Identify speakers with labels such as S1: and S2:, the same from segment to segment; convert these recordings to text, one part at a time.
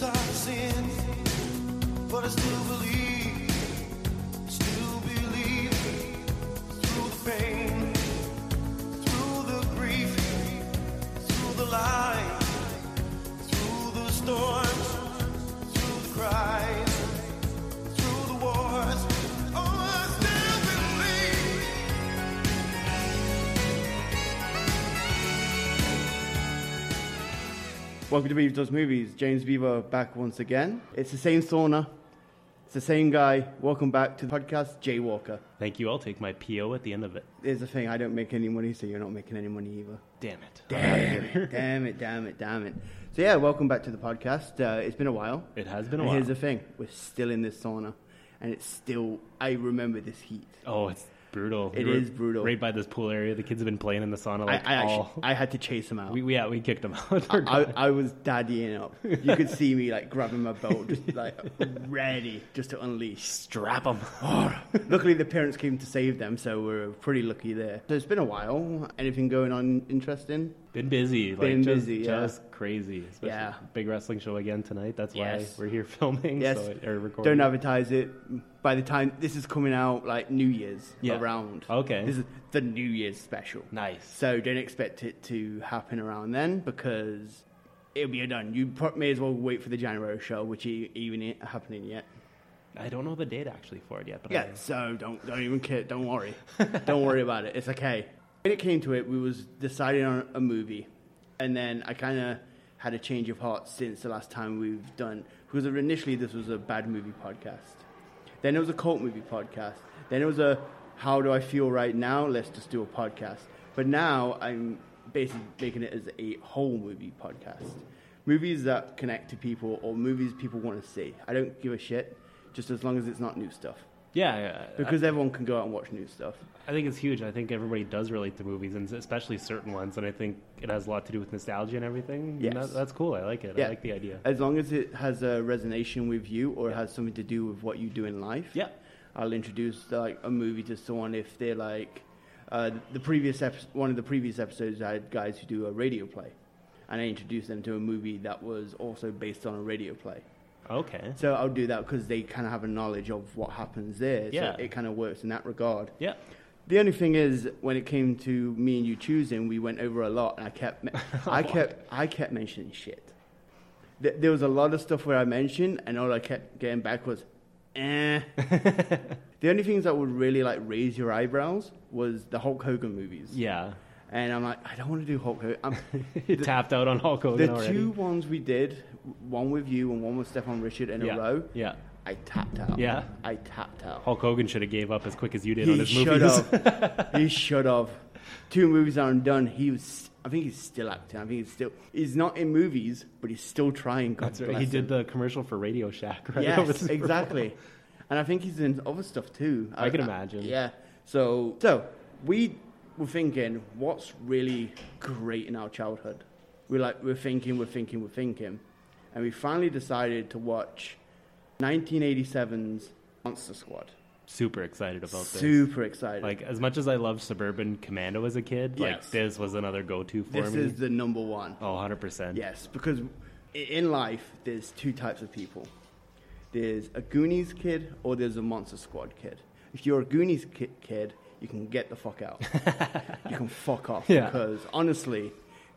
S1: sin, but I still believe, still believe through the pain, through the grief, through the light, through the storms, through the cries, through the wars. Oh, I still believe.
S2: Welcome to Beavis Does Movies. James Beaver back once again. It's the same sauna. It's the same guy. Welcome back to the podcast, Jay Walker.
S3: Thank you. I'll take my PO at the end of it.
S2: Here's the thing, I don't make any money, so you're not making any money either.
S3: Damn it.
S2: damn it, damn it, damn it. So yeah, welcome back to the podcast. Uh, it's been a while.
S3: It has been a
S2: and
S3: while.
S2: Here's the thing, we're still in this sauna, and it's still, I remember this heat.
S3: oh, it's brutal.
S2: It
S3: It is
S2: is brutal.
S3: Right by this pool area. The kids have been playing in the sauna like
S2: I, I actually,
S3: all.
S2: I had to chase him out.
S3: we, we, yeah, we kicked them out. They're
S2: I,
S3: done.
S2: I was daddying up. You could see me like grabbing my belt, just like ready, just to unleash.
S3: Strap them.
S2: Luckily, the parents came to save them, so we're pretty lucky there. So it's been a while. Anything going on interesting?
S3: been busy. Like,
S2: Been
S3: just,
S2: busy, yeah.
S3: Just crazy. Especially
S2: Yeah.
S3: Big wrestling show again tonight. That's why
S2: Yes.
S3: we're here filming.
S2: Yes.
S3: So, or recording.
S2: Don't advertise it. By the time this is coming out, like New Year's
S3: Yeah.
S2: around.
S3: Okay.
S2: This is the New Year's special.
S3: Nice.
S2: So don't expect it to happen around then because it'll be done. You pro- may as well wait for the January show, which e- even ain't happening yet.
S3: I don't know the date actually for it yet, but
S2: Yeah, so don't don't even care. Don't worry. don't worry about it. It's okay. When it came to it, we was deciding on a movie, and then I kind of had a change of heart since the last time we've done because initially this was a bad movie podcast, then it was a cult movie podcast, then it was a how do I feel right now? Let's just do a podcast. But now I'm basically making it as a whole movie podcast. Movies that connect to people or movies people want to see. I don't give a shit, just as long as it's not new stuff
S3: Yeah. yeah I-
S2: because everyone can go out and watch new stuff.
S3: I think it's huge. I think everybody does relate to movies, and especially certain ones. And I think it has a lot to do with nostalgia and everything.
S2: Yes.
S3: And that, that's cool. I like it. I like the idea.
S2: As long as it has a resonation with you or has something to do with what you do in life.
S3: Yeah.
S2: I'll introduce like a movie to someone if they're like uh, the previous epi- one of the previous episodes I had guys who do a radio play, and I introduced them to a movie that was also based on a radio play.
S3: Okay.
S2: So I'll do that because they kind of have a knowledge of what happens there.
S3: Yeah.
S2: So it kind of works in that regard.
S3: Yeah.
S2: The only thing is, when it came to me and you choosing, we went over a lot, and I kept, I kept, I kept mentioning shit. Th- There was a lot of stuff where I mentioned, and all I kept getting back was, eh. the only things that would really like raise your eyebrows was the Hulk Hogan movies,
S3: Yeah.
S2: and I'm like, I don't want to do Hulk Hogan. I'm,
S3: He tapped out on Hulk Hogan
S2: the
S3: already.
S2: two ones we did, one with you and one with Stefan Richard in
S3: yeah.
S2: a row,
S3: Yeah.
S2: I tapped out.
S3: Yeah.
S2: I tapped out.
S3: Hulk Hogan should have gave up as quick as you did on
S2: He
S3: his
S2: should
S3: movies.
S2: have. he should have. Two movies aren't done. He was. I think he's still acting. I think he's still. He's not in movies, but he's still trying. God
S3: That's right.
S2: bless
S3: He did
S2: him.
S3: the commercial for Radio Shack, right? over
S2: Yes,
S3: Super Bowl.
S2: exactly. And I think he's in other stuff too. Uh,
S3: I can imagine.
S2: yeah. So, so we were thinking, what's really great in our childhood? We're like, we're thinking, we're thinking, we're thinking, and we finally decided to watch 1987's Monster Squad.
S3: Super excited about this.
S2: Super excited.
S3: Like as much as I loved Suburban Commando as a kid,
S2: Yes.
S3: like this was another go-to for
S2: this
S3: me.
S2: is the number one.
S3: oh, 100%.
S2: Yes, because i- in life, there's two types of people. There's a Goonies kid or there's a Monster Squad kid. If you're a Goonies ki- kid, you can get the fuck out. you can fuck off
S3: Yeah.
S2: because honestly,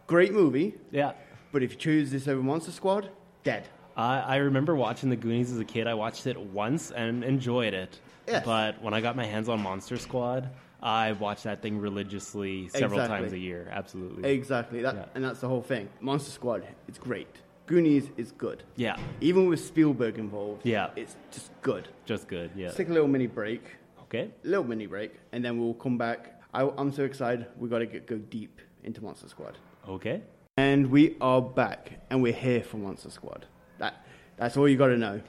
S2: great movie,
S3: Yeah.
S2: but if you choose this over Monster Squad, dead.
S3: I, I remember watching The Goonies as a kid. I watched it once and enjoyed it.
S2: Yes.
S3: But when I got my hands on Monster Squad, I watched that thing religiously several
S2: Exactly.
S3: times a year. Absolutely.
S2: Exactly, that,
S3: Yeah.
S2: and that's the whole thing. Monster Squad, it's great. Goonies is good.
S3: Yeah.
S2: Even with Spielberg involved,
S3: Yeah.
S2: it's just good.
S3: Just good. Yeah.
S2: Let's take a little mini break.
S3: Okay.
S2: little mini break, and then we'll come back. I, I'm so excited. We got to go deep into Monster Squad,
S3: Okay.
S2: and we are back, and we're here for Monster Squad. That that's all you got to know.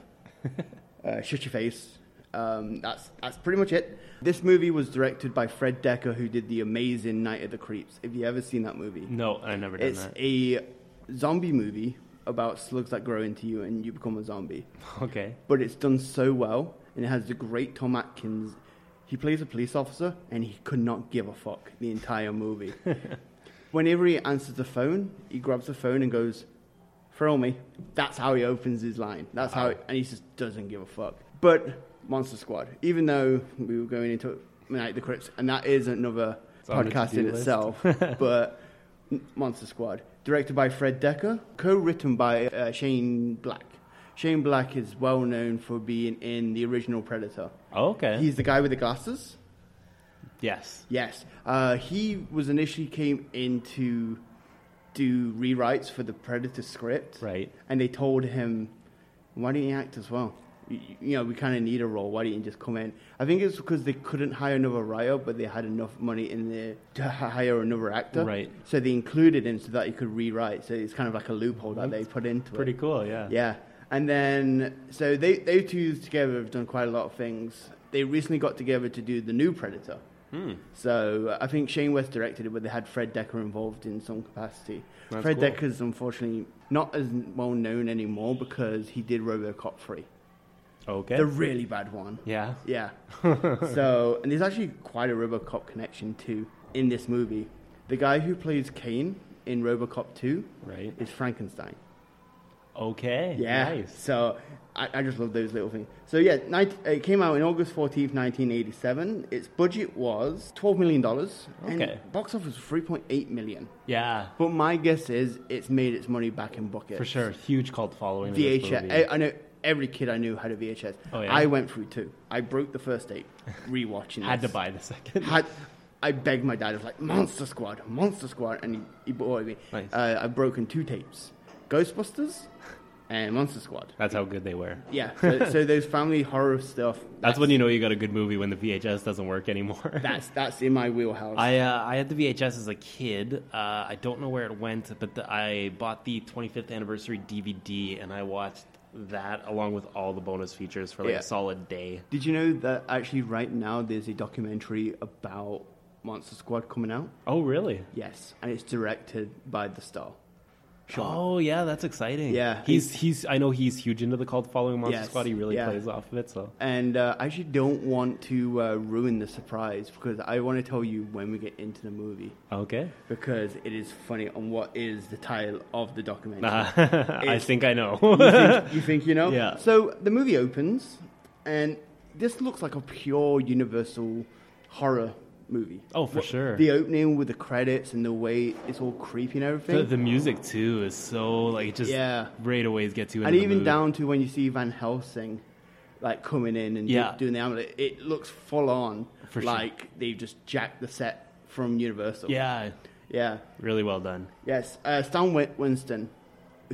S2: uh, shut your face. Um, that's that's pretty much it. This movie was directed by Fred Decker, who did the amazing Night of the Creeps. Have you ever seen that movie?
S3: No, I never done
S2: It's
S3: that.
S2: a zombie movie about slugs that grow into you and you become a zombie
S3: Okay.
S2: but it's done so well and it has the great Tom Atkins. He plays a police officer and he could not give a fuck the entire movie. Whenever he answers the phone, he grabs the phone and goes, throw me. That's how he opens his line. That's how, and he just doesn't give a fuck. But Monster Squad, even though we were going into Night of the Crypts, and that is another
S4: on the
S2: podcast in
S4: to-do list.
S2: itself, but Monster Squad, directed by Fred Decker, co-written by uh, Shane Black. Shane Black is well known for being in the original Predator.
S4: Oh, okay.
S2: He's the guy with the glasses.
S4: yes.
S2: Yes, uh, he was initially came in to do rewrites for the Predator script,
S4: Right.
S2: And they told him, "Why don't you act as well? You, you know, we kind of need a role. Why don't you just come in?" I think it's because they couldn't hire another writer, but they had enough money in there to h- hire another actor,
S4: Right.
S2: So they included him so that he could rewrite. So it's kind of like a loophole that they put into it.
S4: Pretty cool. Yeah.
S2: Yeah, and then so they they two together have done quite a lot of things. They recently got together to do the new Predator.
S4: Hmm.
S2: So uh, I think Shane West directed it, but they had Fred Decker involved in some capacity.
S4: That's
S2: Fred
S4: cool.
S2: Decker's unfortunately not as well known anymore because he did RoboCop three,
S4: Okay.
S2: the really bad one.
S4: yeah.
S2: Yeah. so, and there's actually quite a RoboCop connection too in this movie. The guy who plays Kane in RoboCop two
S4: Right.
S2: is Frankenstein.
S4: Okay.
S2: Yeah.
S4: Nice.
S2: So I, I just love those little things. So yeah, 19, it came out in August 14th, 1987. Its budget was $12 million.
S4: Okay.
S2: And box office was 3.8 million.
S4: Yeah.
S2: But my guess is it's made its money back in buckets.
S4: For sure. Huge cult following. of this
S2: VHS.
S4: movie.
S2: eh, I, I know every kid I knew had a VHS.
S4: Oh, yeah?
S2: I went through two. I broke the first tape rewatching
S4: Had to
S2: this.
S4: buy the second.
S2: Had, I begged my dad. I was like, Monster Squad, Monster Squad. And he, he bought it me.
S4: Nice.
S2: Uh, I've broken two tapes Ghostbusters and Monster Squad.
S4: That's how good they were.
S2: Yeah, so, so those family horror stuff.
S4: That's when you know you got a good movie when the VHS doesn't work anymore.
S2: That's that's in my wheelhouse.
S3: I uh, I had the VHS as a kid. Uh, I don't know where it went, but the, I bought the 25th anniversary DVD and I watched that along with all the bonus features for like
S2: Yeah.
S3: a solid day.
S2: Did you know that actually right now there's a documentary about Monster Squad coming out?
S4: oh, really?
S2: Yes, and it's directed by the star.
S3: Oh yeah, that's exciting.
S2: Yeah,
S4: He's he's. I know he's huge into the cult following Monster
S2: Yes,
S4: Squad. He really
S2: yeah.
S4: plays off of it. So
S2: and uh, I actually don't want to uh, ruin the surprise because I want to tell you when we get into the movie
S4: okay.
S2: because it is funny on what is the title of the documentary.
S4: I
S2: It's-
S4: think I know.
S2: you think you know?
S4: Yeah.
S2: So the movie opens, and this looks like a pure Universal horror movie.
S4: oh, for sure.
S2: The opening with the credits and the way it's all creepy and everything,
S4: The, the music too is so like it just
S2: Yeah.
S4: right away gets you into
S2: and
S4: the
S2: even
S4: mood.
S2: down to when you see Van Helsing, like coming in and do-
S4: Yeah.
S2: doing the amulet, it looks full on,
S4: For sure.
S2: like they've just jacked the set from Universal.
S4: Yeah,
S2: Yeah.
S4: really well done.
S2: Yes, uh, Stan Win- Winston,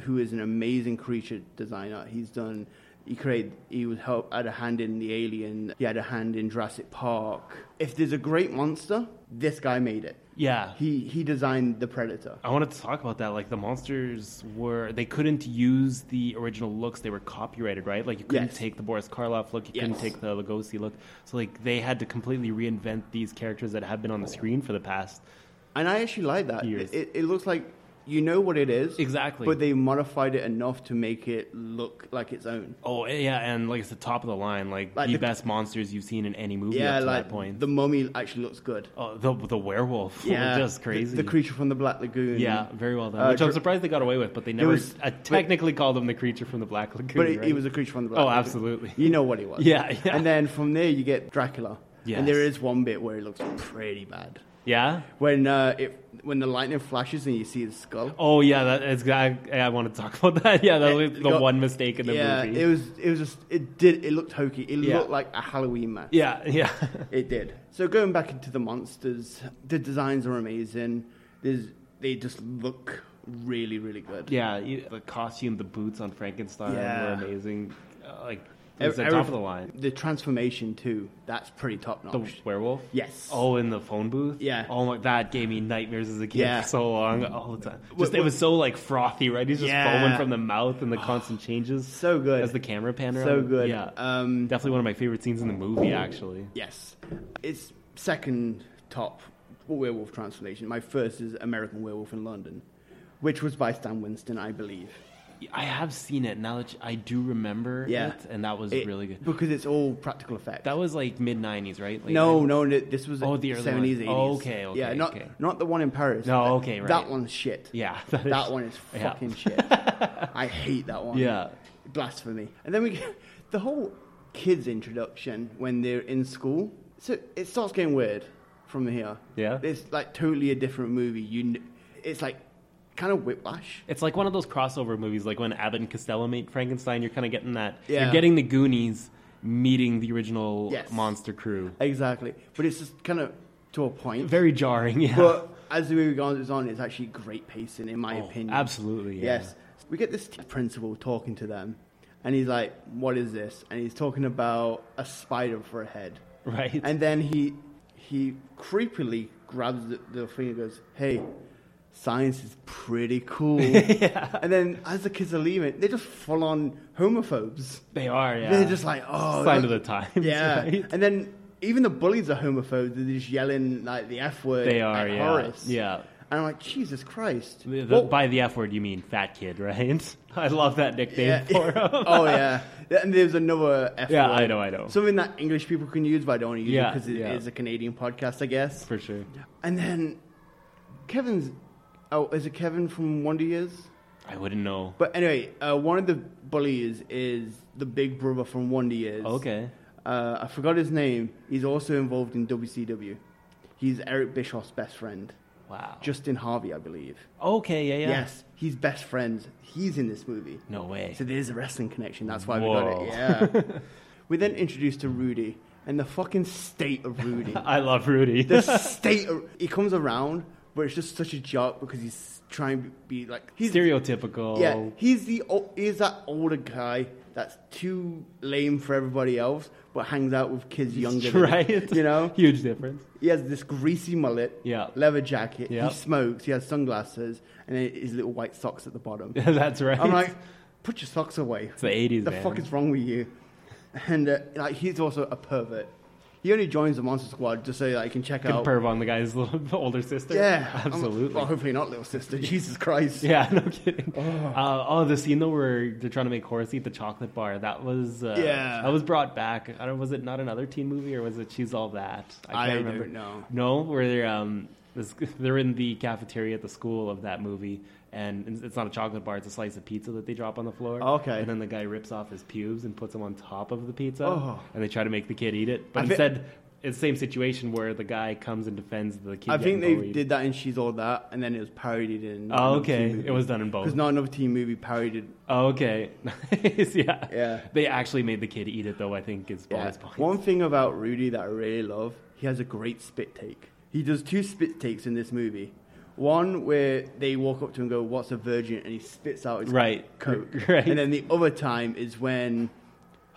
S2: who is an amazing creature designer. He's done. He created. He was help had a hand in the Alien. He had a hand in Jurassic Park. If there's a great monster, this guy made it.
S4: Yeah,
S2: He he designed the Predator.
S3: I wanted to talk about that. Like the monsters were, they couldn't use the original looks. They were copyrighted, right? Like you couldn't
S2: Yes.
S3: take the Boris Karloff look, you couldn't
S2: Yes.
S3: take the Lugosi look. So like they had to completely reinvent these characters that have been on the screen for the past.
S2: And I actually like that.
S3: Years.
S2: It, it looks like you know what it is
S3: Exactly.
S2: but they modified it enough to make it look like its own.
S3: oh yeah, and like it's the top of the line, like,
S2: Like
S3: the,
S2: the-
S3: best monsters you've seen in any movie
S2: Yeah,
S3: up to
S2: like
S3: that point.
S2: the mummy actually looks good.
S3: oh, the the werewolf, were
S2: Yeah,
S3: just
S2: the-
S3: crazy.
S2: The, creature from the Black Lagoon.
S3: yeah, very well done.
S2: Uh,
S3: Which I'm
S2: Dr-
S3: surprised they got away with, but they never
S2: was-
S3: uh, technically called him the creature from the Black Lagoon.
S2: But it,
S3: right?
S2: it was a creature from the Black
S3: oh,
S2: Lagoon.
S3: absolutely.
S2: You know what he was.
S3: Yeah, yeah.
S2: And then from there you get Dracula.
S3: Yes.
S2: And there is one bit where it looks pretty bad.
S3: Yeah.
S2: When uh, it when the lightning flashes and you see his skull.
S3: Oh yeah, that is. I, I want to talk about that. Yeah, Oh, that was the
S2: Got-
S3: one mistake in the
S2: yeah,
S3: movie.
S2: it was it was just it did it looked hokey. It
S3: Yeah.
S2: looked like a Halloween mask.
S3: yeah, yeah,
S2: It did. So going back into the monsters, the designs are amazing. There's they just look really really good.
S3: yeah. you- The costume, the boots on Frankenstein
S2: Yeah.
S3: were amazing. Uh, like
S2: Ev-
S3: it's the
S2: E-, every-
S3: top of the line.
S2: The transformation too. That's pretty top
S3: The
S2: notch.
S3: werewolf.
S2: Yes.
S3: Oh, in the phone booth.
S2: Yeah.
S3: Oh my, that gave me nightmares as a kid
S2: Yeah.
S3: for so long, all the time. Just
S2: What-
S3: it was so like frothy, right? He's just
S2: Yeah.
S3: foaming from the mouth and the constant changes.
S2: So good.
S3: as the camera panned around.
S2: so good.
S3: Yeah.
S2: Um,
S3: Definitely one of my favorite scenes in the movie, actually.
S2: yes. It's second top werewolf transformation. My first is American Werewolf in London, which was by Stan Winston, I believe.
S3: I have seen it now that I do remember
S2: Yeah.
S3: it, and that was
S2: It-
S3: really good.
S2: because it's all practical effects.
S3: That was like mid '90s, right? Like,
S2: no,
S3: like-
S2: no, no, this was
S3: Oh, the early one.
S2: seventies, eighties.
S3: Oh, okay,
S2: yeah,
S3: okay,
S2: not
S3: okay.
S2: not the one in Paris.
S3: No,
S2: That-
S3: okay,
S2: That
S3: right.
S2: one's shit.
S3: Yeah,
S2: that one is
S3: yeah.
S2: fucking shit. I hate that one.
S3: Yeah.
S2: blasphemy. And then we get the whole kids introduction when they're in school. So it starts getting weird from here.
S4: Yeah.
S2: it's like totally a different movie. You, kn- it's like kind of whiplash.
S3: It's like one of those crossover movies, like when Abbott and Costello made Frankenstein. You're kind of getting that.
S2: Yeah.
S3: You're getting the Goonies meeting the original
S2: Yes.
S3: monster crew.
S2: Exactly, but it's just kind of to a point.
S3: Very jarring. Yeah.
S2: But as the movie goes on, it's actually great pacing, in my
S3: Oh,
S2: opinion.
S3: absolutely, yeah.
S2: Yes. We get this t- principal talking to them, and he's like, "What is this?" And he's talking about a spider for a head.
S3: Right.
S2: And then he he creepily grabs the, the thing and goes, "Hey, science is pretty cool." And then as the kids are leaving, they're just full on homophobes.
S3: they are. Yeah.
S2: They're just like, "Oh,
S3: sign of
S2: look-
S3: the times.
S2: yeah,
S3: right?
S2: and then even the bullies are homophobes. They're just yelling like the f word.
S3: They
S2: at
S3: are. Yeah.
S2: Horace.
S3: Yeah.
S2: And I'm like, Jesus Christ.
S3: The- the-
S2: What-
S3: by the F word, you mean fat kid, right? I love that nickname
S2: yeah.
S3: for him.
S2: oh yeah. And there's another F
S3: Yeah,
S2: word.
S3: I know, I know.
S2: Something that English people can use, but I don't want to use
S3: Yeah,
S2: it because it
S3: yeah.
S2: is a Canadian podcast, I guess.
S3: for sure.
S2: And then Kevin's. Oh, is it Kevin from Wonder Years?
S3: I wouldn't know.
S2: But anyway, uh, one of the bullies is the big brother from Wonder Years.
S3: Okay.
S2: Uh, I forgot his name. He's also involved in WCW. He's Eric Bischoff's best friend,
S3: Wow.
S2: Justin Harvey, I believe.
S3: okay. Yeah. Yeah.
S2: Yes, he's best friends. He's in this movie.
S3: No way.
S2: So there's a wrestling connection. That's why
S3: Whoa.
S2: we got it. Yeah. We're then introduced to Rudy and the fucking state of Rudy.
S3: I love Rudy.
S2: the state of. He comes around, but it's just such a joke because he's trying to be like. He's,
S3: Stereotypical.
S2: yeah, he's the o- he's that older guy that's too lame for everybody else, but hangs out with kids younger. than him,
S3: Right.
S2: you know,
S3: Huge difference.
S2: he has this greasy mullet,
S3: Yeah.
S2: leather jacket.
S3: Yeah.
S2: He smokes. He has sunglasses and then his little white socks at the bottom.
S3: That's right.
S2: I'm like, put your socks away.
S3: it's the 80s,
S2: the
S3: man.
S2: fuck is wrong with you? And uh, like, he's also a pervert. He only joins the Monster Squad just so that he can check
S3: Can
S2: out.
S3: perv on the guy's little older sister.
S2: yeah, I'm-
S3: absolutely.
S2: well, hopefully not, little sister. Jesus Christ.
S3: yeah, no kidding. Uh, oh, the scene though where they're trying to make Horace eat the chocolate bar. That was uh,
S2: Yeah.
S3: That was brought back. I don't. Was it not another teen movie or was it She's All That?
S2: I don't
S3: remember.
S2: know.
S3: No, where they're um, this, they're in the cafeteria at the school of that movie, and it's not a chocolate bar. It's a slice of pizza that they drop on the floor.
S2: Okay.
S3: And then the guy rips off his pubes and puts them on top of the pizza,
S2: Oh.
S3: and they try to make the kid eat it. But
S2: I thi-
S3: instead, it's the same situation where the guy comes and defends the kid.
S2: I think they
S3: getting bullied.
S2: did that in She's All That, and then it was parodied in.
S3: Oh, okay. It was done in both.
S2: Because not another teen movie parodied.
S3: Oh, okay. Nice, yeah.
S2: Yeah.
S3: They actually made the kid eat it, though, I think is
S2: Yeah.
S3: bonus points.
S2: One thing about Rudy that I really love, he has a great spit take. He does two spit takes in this movie. One where they walk up to him and go, "What's a virgin?" and he spits out his
S3: Right.
S2: coke.
S3: Right.
S2: And then the other time is when,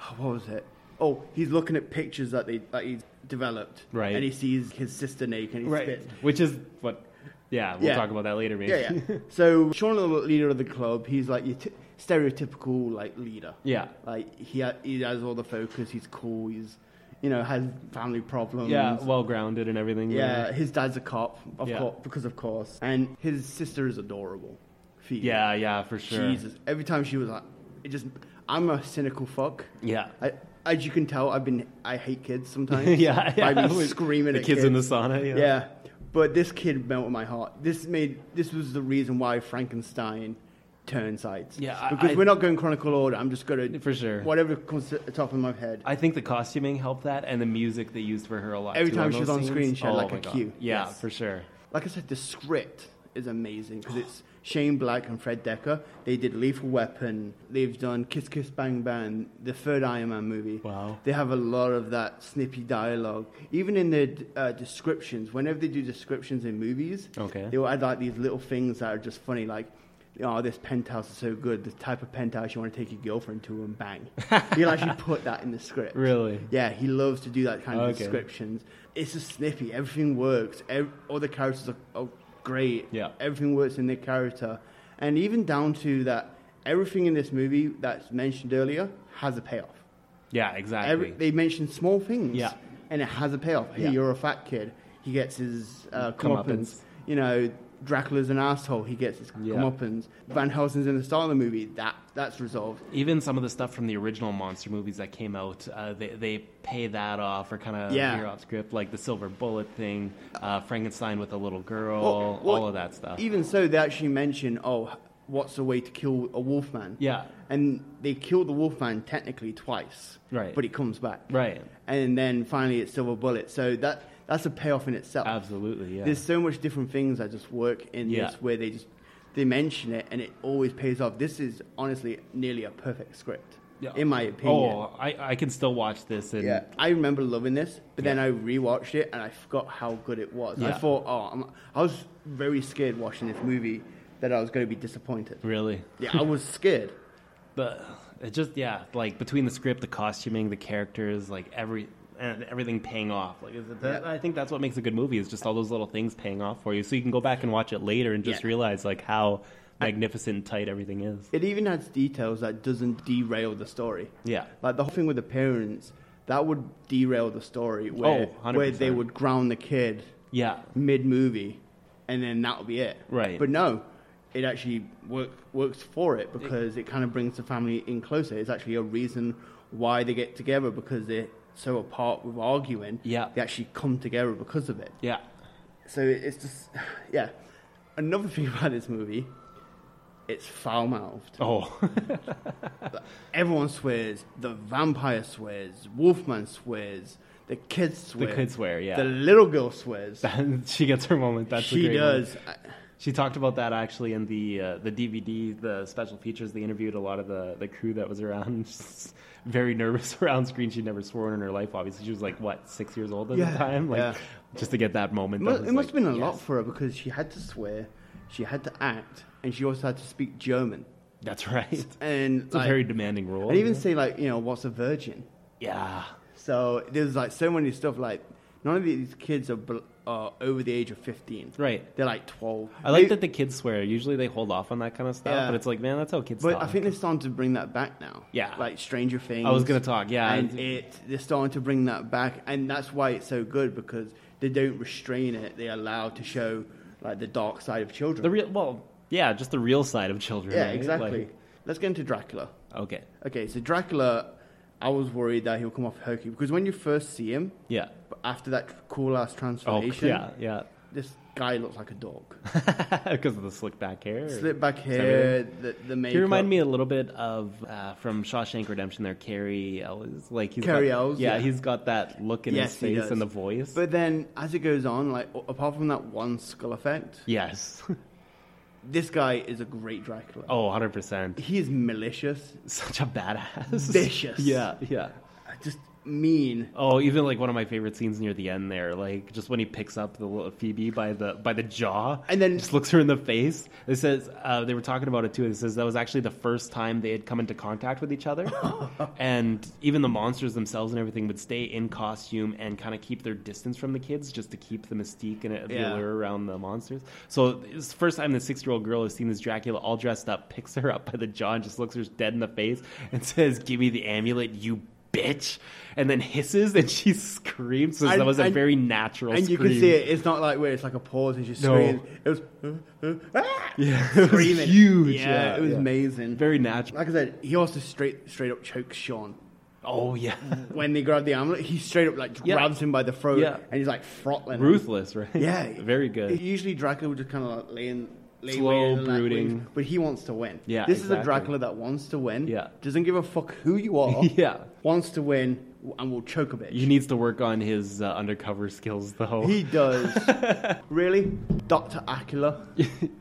S2: oh, what was it? Oh, he's looking at pictures that they that he's developed.
S3: Right.
S2: And he sees his sister naked. and he spits.
S3: Which is what, yeah, we'll
S2: Yeah.
S3: talk about that later, maybe.
S2: Yeah, yeah. so Sean, the leader of the club, he's like your t- stereotypical like leader.
S3: Yeah.
S2: Like he ha- he has all the focus. He's cool. He's you know has family problems.
S3: Yeah, well grounded and everything.
S2: yeah. His dad's a cop, of
S3: Yeah.
S2: course, because of course, and his sister is adorable. Phoebe.
S3: Yeah, yeah, for sure.
S2: Jesus. Every time she was like, it just I'm a cynical fuck.
S3: Yeah.
S2: I, as you can tell, I've been I hate kids sometimes.
S3: yeah, yeah.
S2: I've been
S3: with
S2: screaming
S3: the
S2: at
S3: kids in the sauna. Yeah.
S2: yeah. but this kid melted my heart. This made this was the reason why Frankenstein turned sides.
S3: Yeah, I-
S2: because
S3: I-
S2: we're not going chronological order. I'm just going to
S3: For sure.
S2: whatever comes at the top of my head.
S3: I think the costuming helped that, and the music they used for her a lot.
S2: Every
S3: too,
S2: time
S3: on
S2: she was
S3: those
S2: on
S3: scenes.
S2: screen, she had,
S3: Oh
S2: like,
S3: my
S2: a
S3: God.
S2: cue.
S3: Yeah,
S2: Yes.
S3: for sure.
S2: Like I said, the script is amazing because it's Shane Black and Fred Decker. They did Lethal Weapon. They've done Kiss Kiss Bang Bang, the third Iron Man movie.
S3: Wow.
S2: They have a lot of that snippy dialogue. Even in their uh, descriptions, whenever they do descriptions in movies,
S3: Okay.
S2: they will add like these little things that are just funny, like. Oh, this penthouse is so good. The type of penthouse you want to take your girlfriend to, and bang, he'll actually put that in the script.
S3: Really?
S2: Yeah, he loves to do that kind of
S3: Okay.
S2: descriptions. It's just snippy. Everything works. Ev- all the characters are, are great.
S3: Yeah.
S2: Everything works in their character, and even down to that, everything in this movie that's mentioned earlier has a payoff.
S3: Yeah, exactly.
S2: Every, they mention small things.
S3: Yeah.
S2: And it has a payoff. Hey,
S3: Yeah.
S2: you're a fat kid. He gets his uh, comeuppance.
S3: Comeuppance.
S2: You know, Dracula's an asshole. He gets his
S4: Yeah.
S2: comeuppance. Van Helsing's in the start of the movie. That that's resolved.
S3: Even some of the stuff from the original monster movies that came out, uh, they they pay that off or kind of
S2: Yeah.
S3: veer off script, like the Silver Bullet thing, uh, Frankenstein with a little girl,
S2: Well- well,
S3: all of that stuff.
S2: Even so, they actually mention, oh, what's the way to kill a wolfman?
S3: yeah,
S2: And they kill the wolfman technically twice.
S3: Right.
S2: But he comes back.
S3: right,
S2: And then finally, it's Silver Bullet. So that that's a payoff in itself.
S3: absolutely, yeah.
S2: There's so much different things that just work in
S3: Yeah.
S2: this where they just they mention it and it always pays off. This is honestly nearly a perfect script,
S3: Yeah.
S2: in my opinion.
S3: oh, I, I can still watch this and
S2: Yeah, I remember loving this, but then I rewatched it and I forgot how good it was. I
S3: Yeah.
S2: thought, oh, I'm, I was very scared watching this movie that I was going to be disappointed.
S3: really,
S2: Yeah, I was scared.
S3: but it just yeah, like between the script, the costuming, the characters, like every and everything paying off. Like is it that,
S2: Yeah.
S3: I think that's what makes a good movie is just all those little things paying off for you, so you can go back and watch it later and just
S2: Yeah.
S3: realize like how magnificent and tight everything is.
S2: It even adds details that doesn't derail the story.
S3: Yeah.
S2: Like the whole thing with the parents, that would derail the story where,
S3: Oh, 100%.
S2: where they would ground the kid
S3: Yeah.
S2: mid movie and then that would be it.
S3: Right.
S2: But no, it actually work, works for it because it, kind of brings the family in closer. It's actually a reason why they get together because they're so apart with arguing.
S3: Yeah.
S2: They actually come together because of it.
S3: Yeah.
S2: So it- it's just, yeah. Another thing about this movie, it's foul mouthed.
S3: Oh.
S2: Everyone swears. The vampire swears. Wolfman swears. The kids swear.
S3: kids swear, yeah.
S2: The little girl swears.
S3: she gets her moment. That's a
S2: she
S3: great moment.
S2: does. I-
S3: She talked about that actually in the uh, the DVD, the special features. They interviewed a lot of the, the crew that was around. She's very nervous around screen. She'd never sworn in her life. Obviously, she was like what six years old at
S2: Yeah,
S3: the time. Like
S2: yeah.
S3: just to get that moment.
S2: It
S3: that
S2: must,
S3: was
S2: it must
S3: like,
S2: have been a
S3: yes.
S2: lot for her because she had to swear, she had to act, and she also had to speak German.
S3: That's right. It's
S2: And
S3: a
S2: like,
S3: very demanding role.
S2: and even
S3: yeah.
S2: say like you know what's a virgin.
S3: yeah.
S2: So there's like so many stuff like none of these kids are, bel- are over the age of fifteen.
S3: Right.
S2: They're like twelve.
S3: I like
S2: They-
S3: that the kids swear. Usually they hold off on that kind of stuff,
S2: Yeah.
S3: but it's like, man, that's how kids
S2: But
S3: talk.
S2: I think they're starting to bring that back now.
S3: Yeah.
S2: Like Stranger Things.
S3: I was gonna talk, yeah.
S2: And it they're starting to bring that back, and that's why it's so good because they don't restrain it. They allow to show like the dark side of children.
S3: the real, well, yeah, just the real side of children.
S2: yeah,
S3: right?
S2: exactly.
S3: Like-
S2: Let's get into Dracula.
S3: okay.
S2: Okay, so Dracula, I was worried that he'll come off hokey because when you first see him,
S3: Yeah.
S2: after that cool ass
S3: Oh,
S2: transformation,
S3: yeah, yeah.
S2: this guy looks like a dog.
S3: Because of the slick back hair. or-
S2: Slip back
S3: Is that what it
S2: hair, the, the makeup.
S3: He reminded me a little bit of uh, from Shawshank Redemption. There, Carrie Ellis, like he's
S2: Cary
S3: got,
S2: Ellis,
S3: Yeah,
S2: yeah.
S3: he's got that look in
S2: Yes,
S3: his
S2: he
S3: face
S2: does.
S3: and the voice.
S2: But then, as it goes on, like a- apart from that one skull effect,
S3: yes,
S2: this guy is a great Dracula.
S3: oh, 100 percent.
S2: He is malicious,
S3: Such a badass,
S2: Vicious.
S3: Yeah, yeah.
S2: just mean.
S3: Oh, even like one of my favorite scenes near the end there, like just when he picks up the little Phoebe by the by the jaw
S2: And then-
S3: just looks her in the face. It says uh, they were talking about it too. It says that was actually the first time they had come into contact with each other, and even the monsters themselves and everything would stay in costume and kind of keep their distance from the kids just to keep the mystique and uh, the
S2: Yeah.
S3: allure around the monsters. So it's the first time the six year old girl has seen this Dracula all dressed up, picks her up by the jaw and just looks her dead in the face and says, "Give me the amulet, you." Bitch, and then hisses and she screams. So
S2: And-
S3: that was a
S2: and-
S3: very natural.
S2: And you
S3: scream.
S2: can see it. It's not like where it's like a pause and she
S3: No.
S2: screams. It was uh, uh, ah,
S3: Yeah, it was
S2: screaming.
S3: huge,
S2: Yeah,
S3: yeah,
S2: it was
S3: yeah.
S2: amazing.
S3: very natural.
S2: like I said, he also straight straight up chokes Sean
S3: Oh yeah,
S2: when they grab the amulet. He straight up like
S3: Yeah.
S2: grabs him by the throat
S3: Yeah.
S2: and he's like throttling. him.
S3: ruthless, right?
S2: Yeah,
S3: very good.
S2: Usually Dracula would just kind of like lay in, lay
S3: Slow
S2: way in and, like,
S3: brooding.
S2: wait, but he wants to win.
S3: Yeah,
S2: this is a
S3: exactly.
S2: Dracula that wants to win.
S3: Yeah.
S2: doesn't give a fuck who you are.
S3: Yeah.
S2: wants to win and will choke a bitch.
S3: He needs to work on his uh, undercover skills, though.
S2: He does. really? Dr. Acula?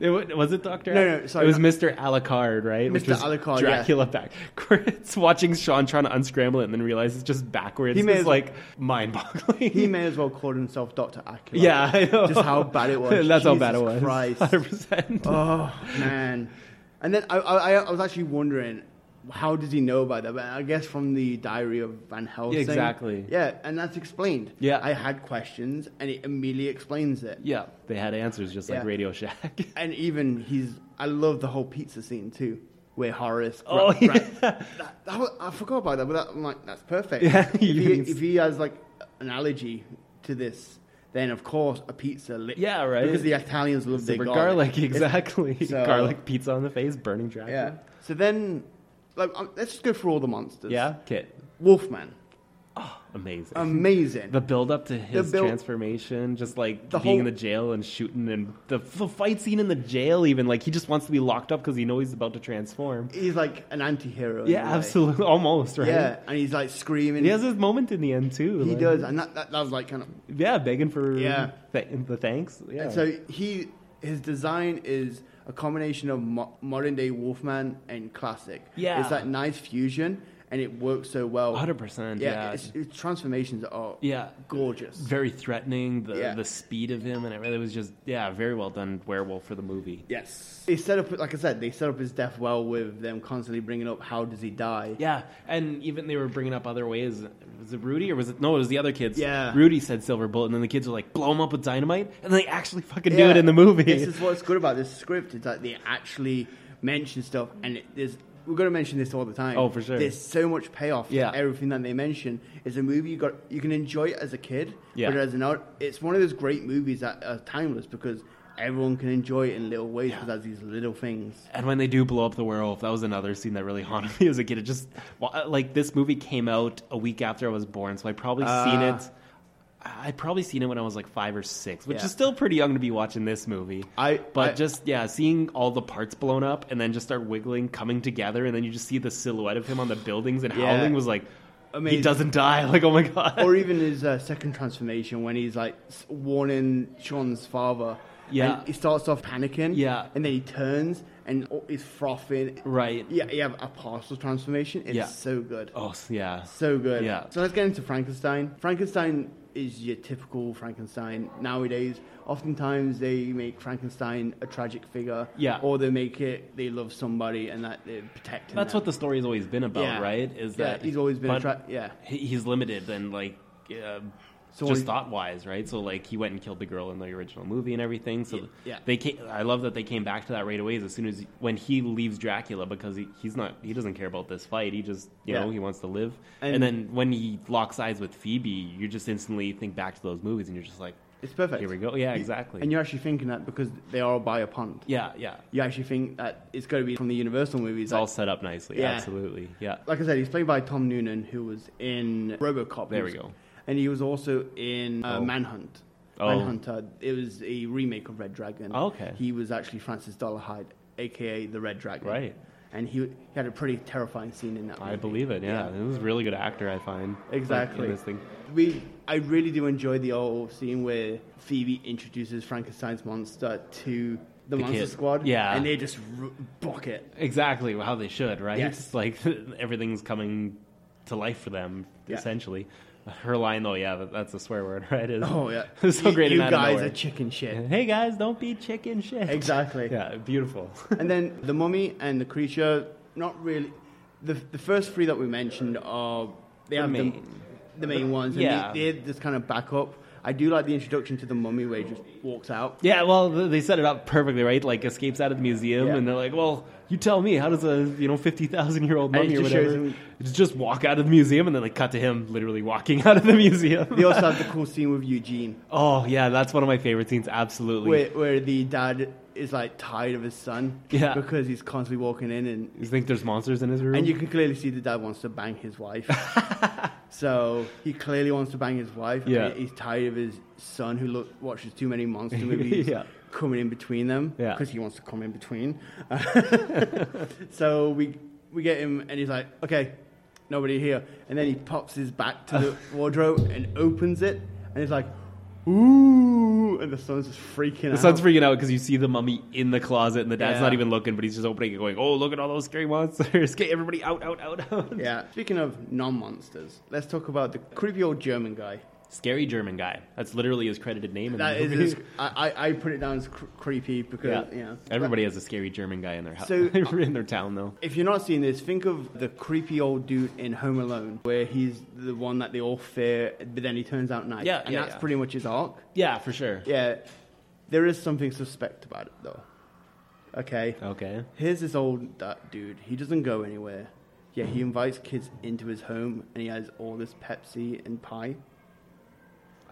S3: It wa- was it Doctor?
S2: No, no, sorry,
S3: it was
S2: not-
S3: Mister Alucard, right? Which
S2: Mr.
S3: was
S2: Alucard, yeah.
S3: Dracula back. it's watching Sean trying to unscramble it and then realize it's just backwards.
S2: He may
S3: it's
S2: as-
S3: like mind-boggling.
S2: He may as well call himself Dr. Acula.
S3: yeah, I know.
S2: Just how bad it was.
S3: That's how bad it
S2: Jesus
S3: was.
S2: Christ.
S3: 100%.
S2: Oh, man. And then I, I, I was actually wondering, how does he know about that? But I guess from the diary of Van Helsing.
S3: Yeah, exactly.
S2: Yeah, and that's explained.
S3: Yeah.
S2: I had questions, and it immediately explains it.
S3: yeah, they had answers just like
S2: Yeah.
S3: Radio Shack.
S2: And even he's, I love the whole pizza scene too, where Horace. gra-
S3: Oh,
S2: gra-
S3: yeah.
S2: that, that was, I forgot about that, but that, I'm like, that's perfect.
S3: Yeah,
S2: if, he,
S3: you-
S2: if he has like an allergy to this, then of course a pizza. Li-
S3: Yeah, right.
S2: Because the Italians love their
S3: Super
S2: garlic.
S3: garlic, exactly.
S2: So-
S3: garlic pizza on the face, burning dragon.
S2: Yeah. So then, like, um, let's just go through all the monsters.
S3: Yeah, Kit.
S2: Wolfman,
S3: Amazing.
S2: amazing.
S3: the build up to his
S2: build-
S3: transformation, just like
S2: The
S3: being in
S2: whole-
S3: the jail and shooting, and the, the fight scene in the jail, even like he just wants to be locked up because he knows he's about to transform.
S2: he's like an anti-hero. in
S3: Yeah,
S2: a way.
S3: absolutely, almost right.
S2: Yeah, and he's like screaming.
S3: He has his moment in the end too.
S2: He
S3: like-
S2: does, and that, that, that was like kind of.
S3: Yeah, begging for
S2: Yeah.
S3: th- the thanks. Yeah.
S2: And so he his design is a combination of mo- modern day Wolfman and classic.
S3: Yeah.
S2: it's that nice fusion, and it works so well.
S3: 100%, yeah.
S2: It's, it's transformations are
S3: Yeah.
S2: gorgeous.
S3: very threatening. The
S2: Yeah.
S3: the speed of him and it really was just yeah, very well done werewolf for the movie.
S2: Yes, they set up like I said, they set up his death well with them constantly bringing up how does he die.
S3: Yeah, and even they were bringing up other ways. Was it Rudy or was it no? It was the other kids.
S2: Yeah.
S3: Rudy said silver bullet, and then the kids were like, blow him up with dynamite, and they actually fucking do
S2: Yeah.
S3: it in the movie.
S2: This is what's good about this script. It's like they actually mention stuff, and it, there's we're going to mention this all the time.
S3: Oh, for sure.
S2: There's so much payoff. to
S3: Yeah.
S2: everything that they mention is a movie you got. You can enjoy it as a kid,
S3: Yeah.
S2: but as an adult, it's one of those great movies that are timeless because everyone can enjoy it in little ways because has these little things.
S3: and when they do blow up the werewolf, that was another scene that really haunted me as a kid. It just wa- like this movie came out a week after I was born, so I probably seen
S2: Ah.
S3: it. I I'd probably seen it when I was like five or six, which
S2: Yeah.
S3: is still pretty young to be watching this movie.
S2: I-
S3: but
S2: I-
S3: just yeah, seeing all the parts blown up and then just start wiggling, coming together, and then you just see the silhouette of him on the buildings and
S2: Yeah.
S3: howling was like,
S2: Amazing.
S3: he doesn't die. Like oh my god.
S2: or even his uh, second transformation when he's like s- warning Sean's father.
S3: Yeah.
S2: and he starts off panicking.
S3: Yeah.
S2: and then he turns and oh, he's frothing.
S3: Right.
S2: Yeah, you have a partial transformation. It's
S3: Yeah.
S2: so good,
S3: Oh s- yeah.
S2: so good.
S3: Yeah.
S2: So let's get into Frankenstein. Frankenstein is your typical Frankenstein nowadays. Oftentimes they make Frankenstein a tragic figure.
S3: Yeah.
S2: or they make it they love somebody and that they're protecting.
S3: That's
S2: them.
S3: what the story has always been about,
S2: Yeah.
S3: right? Is
S2: Yeah,
S3: that
S2: he's always been a
S3: but
S2: tra- yeah.
S3: he- he's limited and like uh,
S2: So
S3: just
S2: when-
S3: thought wise, right? So like he went and killed the girl in the original movie and everything. So
S2: Yeah, yeah.
S3: they came, I love that they came back to that right away as soon as when he leaves Dracula because he, he's not he doesn't care about this fight. He just you
S2: Yeah.
S3: know he wants to live. And,
S2: And-
S3: then when he locks eyes with Phoebe, you just instantly think back to those movies and you're just like,
S2: it's perfect.
S3: here we go. Yeah,
S2: You-
S3: exactly.
S2: And you're actually thinking that because they are by a pond.
S3: yeah, yeah.
S2: you actually think that it's going to be from the Universal movies.
S3: It's
S2: like,
S3: all set up nicely.
S2: Yeah.
S3: Absolutely. Yeah.
S2: like I said, he's played by Tom Noonan, who was in RoboCop.
S3: There
S2: He
S3: we
S2: was-
S3: go.
S2: And he was also in uh,
S3: Oh.
S2: Manhunt.
S3: Oh.
S2: Manhunter. It was a remake of Red Dragon.
S3: Oh, okay.
S2: He was actually Francis Dolarhyde, aka the Red Dragon.
S3: Right.
S2: And he, he had a pretty terrifying scene in that.
S3: I
S2: movie.
S3: believe it. Yeah,
S2: Yeah.
S3: it was a really good actor. I find like, in
S2: Exactly.
S3: this thing.
S2: We, I really do enjoy the old scene where Phoebe introduces Frankenstein's monster to the,
S3: The
S2: Monster
S3: kid.
S2: Squad.
S3: Yeah.
S2: And they just r- book it.
S3: Exactly how they should, right?
S2: Yes.
S3: Like everything's coming to life for them,
S2: Yeah.
S3: essentially. Her line, though, yeah, that, that's a swear word, right? Is-
S2: Oh yeah,
S3: it's so
S2: You-
S3: great.
S2: You
S3: and out of
S2: guys
S3: nowhere.
S2: are chicken shit.
S3: Hey guys, don't be chicken shit.
S2: Exactly.
S3: Yeah, beautiful.
S2: And then the mummy and the creature, not really. The the first three that we mentioned are they
S3: The
S2: have
S3: main.
S2: the, the main ones. and
S3: Yeah.
S2: they, they're just kind of back up. I do like the introduction to the mummy where he just walks out.
S3: yeah, well, th- they set it up perfectly, right? Like escapes out of the museum,
S2: Yeah.
S3: and they're like, "Well, you tell me, how does a you know fifty thousand year old
S2: And it
S3: mummy or
S2: just shows
S3: whatever
S2: him-
S3: just walk out of the museum?" And then like cut to him literally walking out of the museum.
S2: They also have the cool scene with Eugene,
S3: oh yeah, that's one of my favorite scenes. Absolutely.
S2: where where the dad is like tired of his son,
S3: Yeah.
S2: because he's constantly walking in and
S3: You think there's monsters in his room?
S2: And you can clearly see the dad wants to bang his wife. so he clearly wants to bang his wife. and
S3: Yeah.
S2: he's tired of his son who look, watches too many monster movies
S3: Yeah.
S2: coming in between them
S3: Yeah.
S2: because he wants to come in between. so we we get him and he's like, okay, nobody here. And then he pops his back to the wardrobe and opens it and he's like, ooh. And the son's just freaking
S3: The
S2: out.
S3: son's freaking out because you see the mummy in the closet and the dad's
S2: Oh. Yeah.
S3: not even looking, but he's just opening it going, oh, look at all those scary monsters. Get everybody out, out, out, out.
S2: yeah. Speaking of non monsters, let's talk about the creepy old German guy.
S3: Scary German guy. That's literally his credited name. In
S2: That
S3: the
S2: is,
S3: movie.
S2: is I, I- I put it down as cr- creepy because yeah.
S3: Everybody has a scary German guy in their house.
S2: So-
S3: in their town, though.
S2: If you're not seeing this, think of the creepy old dude in Home Alone, where he's the one that they all fear, but then he turns out nice.
S3: Yeah,
S2: and
S3: yeah,
S2: that's
S3: yeah.
S2: pretty much his arc.
S3: Yeah, for sure.
S2: Yeah, there is something suspect about it though. Okay,
S3: Okay.
S2: here's this old du- dude. He doesn't go anywhere. Yeah, he invites kids into his home, and he has all this Pepsi and pie.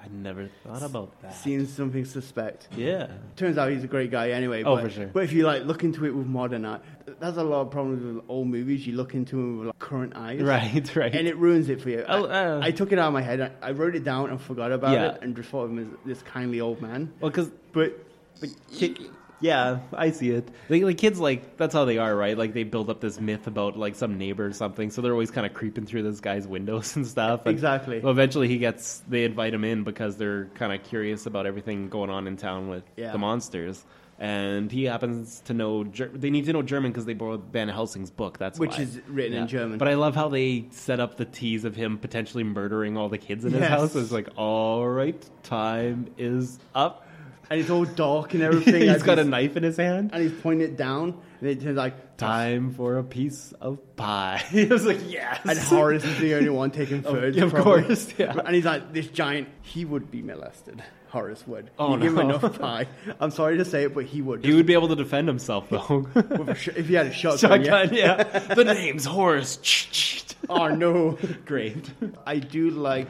S3: I never thought about that.
S2: Seeing something suspect.
S3: Yeah.
S2: Turns out he's a great guy anyway.
S3: Oh,
S2: but,
S3: for sure.
S2: But if you like look into it with modern eye, that's a lot of problems with old movies. You look into them with like, current eyes,
S3: Right, right.
S2: And it ruins it for you.
S3: Oh,
S2: I,
S3: uh.
S2: I took it out of my head. I, I wrote it down and forgot about
S3: Yeah.
S2: it, and just thought of him as this kindly old man.
S3: well, because
S2: But
S3: But ki- yeah, I see it. Like, like kids, like that's how they are, right? Like they build up this myth about like some neighbor or something, so they're always kind of creeping through this guy's windows and stuff. And,
S2: Exactly.
S3: Well, eventually, he gets they invite him in because they're kind of curious about everything going on in town with
S2: Yeah.
S3: the monsters. And he happens to know Ger- they need to know German because they borrowed Van Helsing's book. That's
S2: Which
S3: why.
S2: is written in German.
S3: But I love how they set up the tease of him potentially murdering all the kids in his
S2: Yes.
S3: house. It's like, all right, time is up.
S2: and it's all dark and everything.
S3: He's
S2: I'd
S3: got
S2: be-
S3: a knife in his hand.
S2: and he's pointing it down, and it turns like
S3: Time for a piece of pie. I was like, yes.
S2: And Horace is the only one taking thirds.
S3: of
S2: probably.
S3: course, yeah.
S2: And he's like, this giant, he would be molested. Horace would.
S3: Oh,
S2: you give him
S3: no.
S2: enough pie. I'm sorry to say it, but he would.
S3: He would be able to defend himself though.
S2: With a sh- if he had a shotgun. yeah.
S3: Shotgun, yeah. the name's Horace.
S2: Oh, no.
S3: Great.
S2: I do like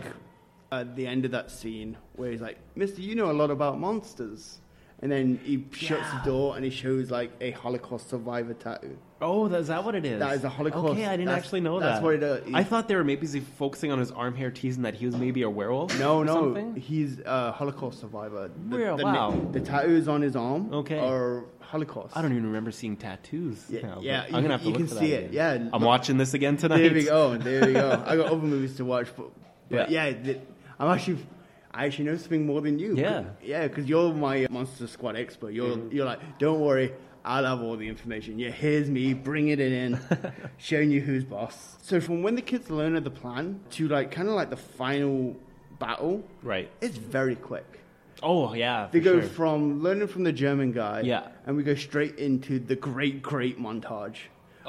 S2: at the end of that scene where he's like, Mister, you know a lot about monsters. And then he shuts
S3: Yeah.
S2: the door and he shows like a Holocaust survivor tattoo.
S3: Oh, that, is that what it is?
S2: That is a Holocaust.
S3: Okay, I didn't
S2: That's-
S3: actually know
S2: that's
S3: that.
S2: what it is.
S3: I thought they were maybe s- focusing on his arm hair, teasing that he was maybe a werewolf.
S2: No,
S3: or
S2: no,
S3: Something?
S2: he's a Holocaust survivor.
S3: Real-
S2: the,
S3: wow.
S2: The tattoos on his arm
S3: Okay.
S2: are Holocaust.
S3: I don't even remember seeing tattoos.
S2: Yeah,
S3: now, but
S2: yeah,
S3: I'm
S2: you
S3: gonna
S2: can-
S3: have to
S2: you
S3: look
S2: can
S3: for
S2: see
S3: that
S2: it.
S3: again.
S2: Yeah,
S3: I'm
S2: look-
S3: watching this again tonight.
S2: There we go. There we go. I got other movies to watch, but, but
S3: Yeah.
S2: yeah, the- I'm actually. I actually know something more than you.
S3: Yeah. Mm-hmm.
S2: yeah, because you're my Monster Squad expert. You're you're like, don't worry, I'll have all the information. Yeah, here's me bringing it in, showing you who's boss. So from when the kids learn of the plan to like kind of like the final battle,
S3: Right.
S2: It's very quick.
S3: Oh yeah. For
S2: They go
S3: sure.
S2: from learning from the German guy,
S3: Yeah.
S2: and we go straight into the great great montage.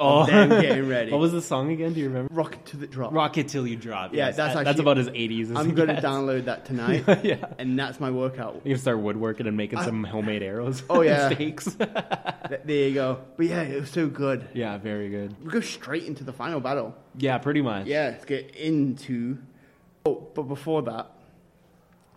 S3: oh,
S2: of them getting ready.
S3: what was the song again? Do you remember?
S2: Rocket to the drop.
S3: Rocket till you drop.
S2: Yeah,
S3: yes.
S2: that's
S3: That-
S2: actually-
S3: about as eighties.
S2: I'm gonna download that tonight,
S3: Yeah.
S2: and that's my workout.
S3: You can start woodworking and making
S2: I-
S3: some homemade arrows.
S2: Oh, yeah.
S3: and stakes.
S2: Th- There you go. But yeah, it was so good.
S3: yeah, very good.
S2: We go straight into the final battle.
S3: Yeah, pretty much.
S2: Yeah, let's get into. Oh, but before that,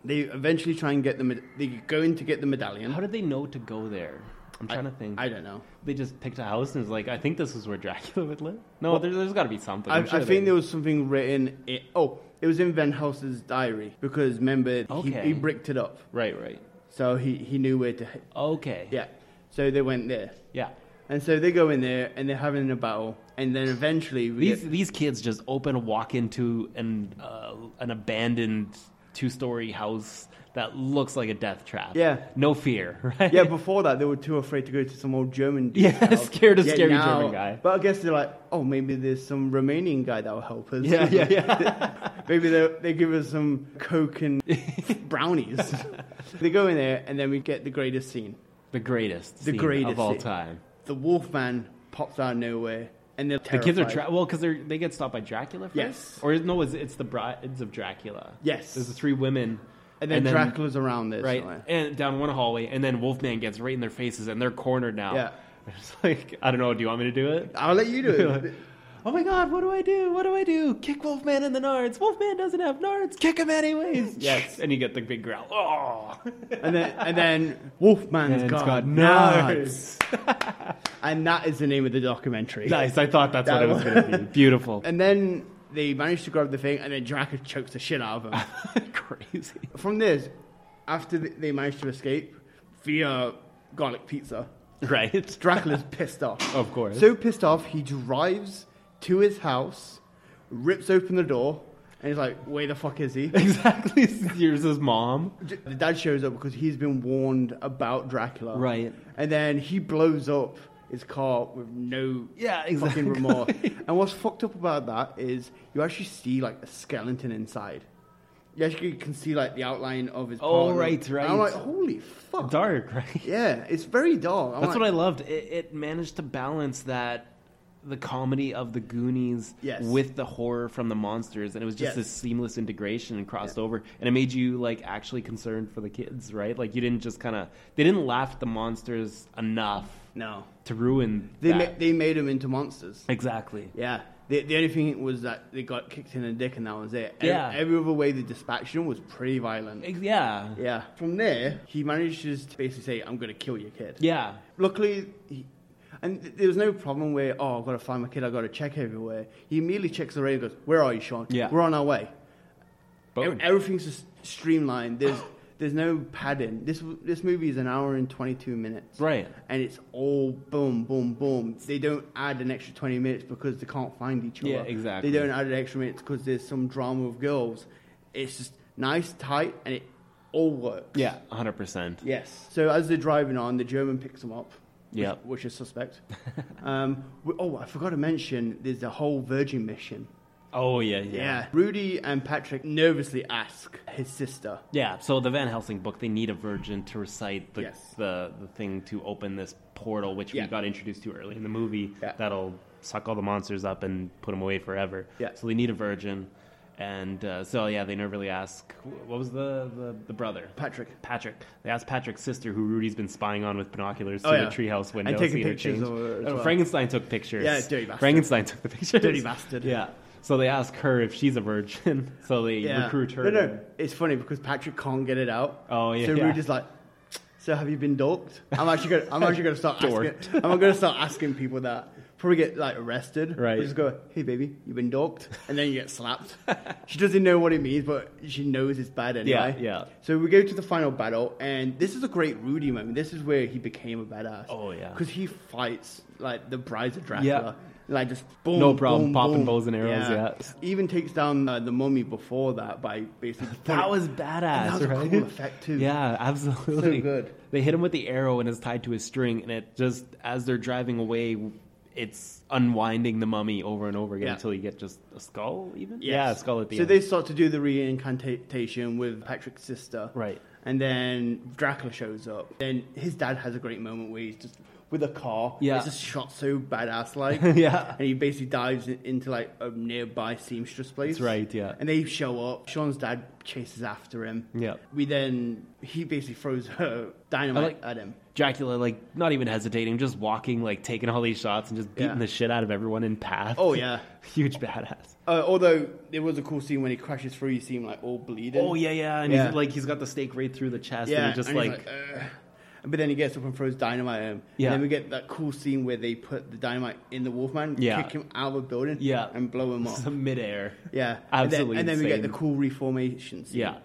S2: they eventually try and get the. med- They go in to get the medallion.
S3: How did they know to go there? I'm trying
S2: I,
S3: to think.
S2: I don't know.
S3: they just picked a house and was like, I think this is where Dracula would live. No,
S2: Well,
S3: there, there's got to be something.
S2: I,
S3: I'm sure
S2: I
S3: they-
S2: think there was something written. In, oh, it was in Van House's diary because remember
S3: Okay.
S2: he, he bricked it up,
S3: Right, right.
S2: so he he knew where to. hit.
S3: Okay.
S2: Yeah, so they went there,
S3: Yeah.
S2: and so they go in there and they're having a battle, and then eventually we
S3: These
S2: get-
S3: these kids just open walk into an uh, an abandoned two story house that looks like a death trap.
S2: Yeah.
S3: No fear, right?
S2: Yeah, before that they were too afraid to go to some old German dude.
S3: Yeah,
S2: house.
S3: scared of
S2: Yet
S3: scary German guy.
S2: But I guess they're like, oh, maybe there's some Romanian guy that'll help us.
S3: Yeah, yeah, yeah.
S2: maybe they they give us some coke and brownies. they go in there, and then we get the greatest scene.
S3: the greatest.
S2: The
S3: scene
S2: greatest
S3: of all
S2: scene.
S3: time.
S2: The Wolfman pops out of nowhere, and they're
S3: The kids are
S2: terrified.
S3: tra- well because they they get stopped by Dracula. First?
S2: Yes.
S3: Or no, it's, it's the brides of Dracula.
S2: Yes.
S3: There's the three women.
S2: and then Dracula's around this.
S3: right
S2: somewhere.
S3: and down one hallway, and then Wolfman gets right in their faces, and they're cornered now.
S2: Yeah.
S3: It's like I don't know. Do you want me to do it?
S2: I'll let you do it.
S3: oh my god, what do I do? What do I do? Kick Wolfman in the nards. Wolfman doesn't have nards. Kick him anyways.
S2: Yes.
S3: And you get the big growl. Oh.
S2: And then, and then Wolfman's
S3: And it's
S2: got,
S3: got
S2: nuts. And that is the name of the documentary.
S3: nice. I thought that's what
S2: That
S3: it was
S2: one.
S3: going to be. Beautiful.
S2: And then they manage to grab the thing, and then Dracula chokes the shit out of him.
S3: Crazy.
S2: From this, after th- they manage to escape via garlic pizza,
S3: Right.
S2: Dracula's pissed off.
S3: Of course.
S2: So pissed off, he drives to his house, rips open the door, and he's like, where the fuck is he?
S3: Exactly. Here's his mom.
S2: J- The dad shows up because he's been warned about Dracula.
S3: Right.
S2: And then he blows up his car with no
S3: Yeah,
S2: fucking
S3: exactly.
S2: remorse. And what's fucked up about that is you actually see like a skeleton inside. You actually can see like the outline of his.
S3: Oh,
S2: partner.
S3: right,
S2: And I'm
S3: right.
S2: like, holy fuck.
S3: Dark, right?
S2: Yeah, it's very dark. I'm
S3: That's
S2: like,
S3: what I loved. It, it managed to balance that the comedy of the Goonies
S2: Yes.
S3: with the horror from the monsters, and it was just
S2: Yes.
S3: this seamless integration and crossed over, and it made you like actually concerned for the kids, right? Like you didn't just kind of they didn't laugh at the monsters enough
S2: No,
S3: to ruin
S2: they
S3: that.
S2: ma- they made him into monsters.
S3: exactly.
S2: Yeah, The, the only thing was that they got kicked in the dick and that was it. Ev-
S3: Yeah.
S2: Every other way they dispatched him was pretty violent.
S3: Ex- Yeah.
S2: Yeah. From there, he manages to basically say, I'm going to kill your kid.
S3: Yeah.
S2: Luckily, he, and th- there was no problem where, oh, I've got to find my kid, I've got to check everywhere. He immediately checks the radio and goes, Where are you, Sean?
S3: Yeah.
S2: We're on our way.
S3: Boom.
S2: Ev- Everything's just streamlined. There's, there's no padding. This, w- this movie is an hour and 22 minutes.
S3: Right.
S2: And it's all boom, boom, boom. They don't add an extra 20 minutes because they can't find each other.
S3: Yeah, exactly.
S2: They don't add an extra minutes because there's some drama with girls. It's just nice, tight, and it all works.
S3: Yeah. 100%.
S2: Yes. So as they're driving on, the German picks them up. which-
S3: Yep.
S2: Which is suspect. um, we- oh, I forgot to mention there's the whole Virgin mission.
S3: Oh, yeah, yeah.
S2: Yeah. Rudy and Patrick nervously ask his sister.
S3: Yeah, so the Van Helsing book, they need a virgin to recite the
S2: Yes.
S3: the, the thing to open this portal, which
S2: Yeah.
S3: we got introduced to early in the movie.
S2: Yeah.
S3: That'll suck all the monsters up and put them away forever.
S2: Yeah.
S3: So they need a virgin, and uh, so yeah, they never really ask. wh- What was the the, the brother?
S2: Patrick.
S3: Patrick. They asked Patrick's sister, who Rudy's been spying on with binoculars
S2: Oh,
S3: through
S2: yeah.
S3: the treehouse window,
S2: And taking
S3: see her
S2: pictures
S3: change.
S2: of her as
S3: Uh,
S2: well.
S3: Frankenstein took pictures.
S2: Yeah, dirty bastard.
S3: Frankenstein took the pictures.
S2: Dirty bastard.
S3: Yeah. So they ask her if she's a virgin. so they
S2: Yeah.
S3: recruit her.
S2: No,
S3: to-
S2: no. It's funny because Patrick can't get it out.
S3: Oh, yeah,
S2: So
S3: yeah.
S2: Rudy's like, "So have you been dorked? I'm actually gonna, I'm actually gonna start asking.
S3: Dorked.
S2: I'm gonna start asking people that. Probably get like arrested.
S3: Right.
S2: We just go, hey baby, you've been dorked, and then you get slapped. she doesn't know what it means, but she knows it's bad anyway.
S3: yeah.
S2: So we go to the final battle, and this is a great Rudy moment. This is where he became a badass.
S3: Oh, yeah.
S2: Because he fights like the Brides of Dracula. Like just boom,
S3: No problem,
S2: boom,
S3: popping
S2: boom.
S3: bows and arrows, yeah.
S2: Even takes down uh, the mummy before that by basically.
S3: That was badass.
S2: That was a
S3: right?
S2: cool effect, too.
S3: Yeah, absolutely.
S2: So good.
S3: They hit him with the arrow and it's tied to a string, and it just as they're driving away, it's unwinding the mummy over and over again
S2: Yeah.
S3: until you get just a skull, even.
S2: Yes.
S3: Yeah, a skull at the
S2: so
S3: end.
S2: they start to do the reincantation with Patrick's sister.
S3: Right.
S2: And then Dracula shows up. Then his dad has a great moment where he's just with a car.
S3: Yeah.
S2: It's just shot so badass like.
S3: Yeah.
S2: And he basically dives in- into like a nearby seamstress place.
S3: That's right, yeah.
S2: And they show up. Sean's dad chases after him.
S3: Yeah.
S2: We then he basically throws her
S3: I
S2: dynamite
S3: like-
S2: at him.
S3: Dracula, like not even hesitating, just walking, like taking all these shots and just beating
S2: Yeah.
S3: the shit out of everyone in path.
S2: Oh, yeah.
S3: huge badass.
S2: Uh, although there was a cool scene when he crashes through, you see him like all bleeding.
S3: Oh yeah, yeah, and
S2: Yeah.
S3: he's like he's got the stake right through the chest,
S2: Yeah,
S3: and he just
S2: and he's
S3: like
S2: "Ugh." but then he gets up and throws dynamite at him.
S3: Yeah.
S2: And then we get that cool scene where they put the dynamite in the Wolfman,
S3: Yeah.
S2: kick him out of a building,
S3: Yeah.
S2: and blow him up.
S3: it's midair.
S2: Yeah,
S3: Absolutely
S2: And then, and then we get the
S3: insane.
S2: cool reformation scene.
S3: Yeah.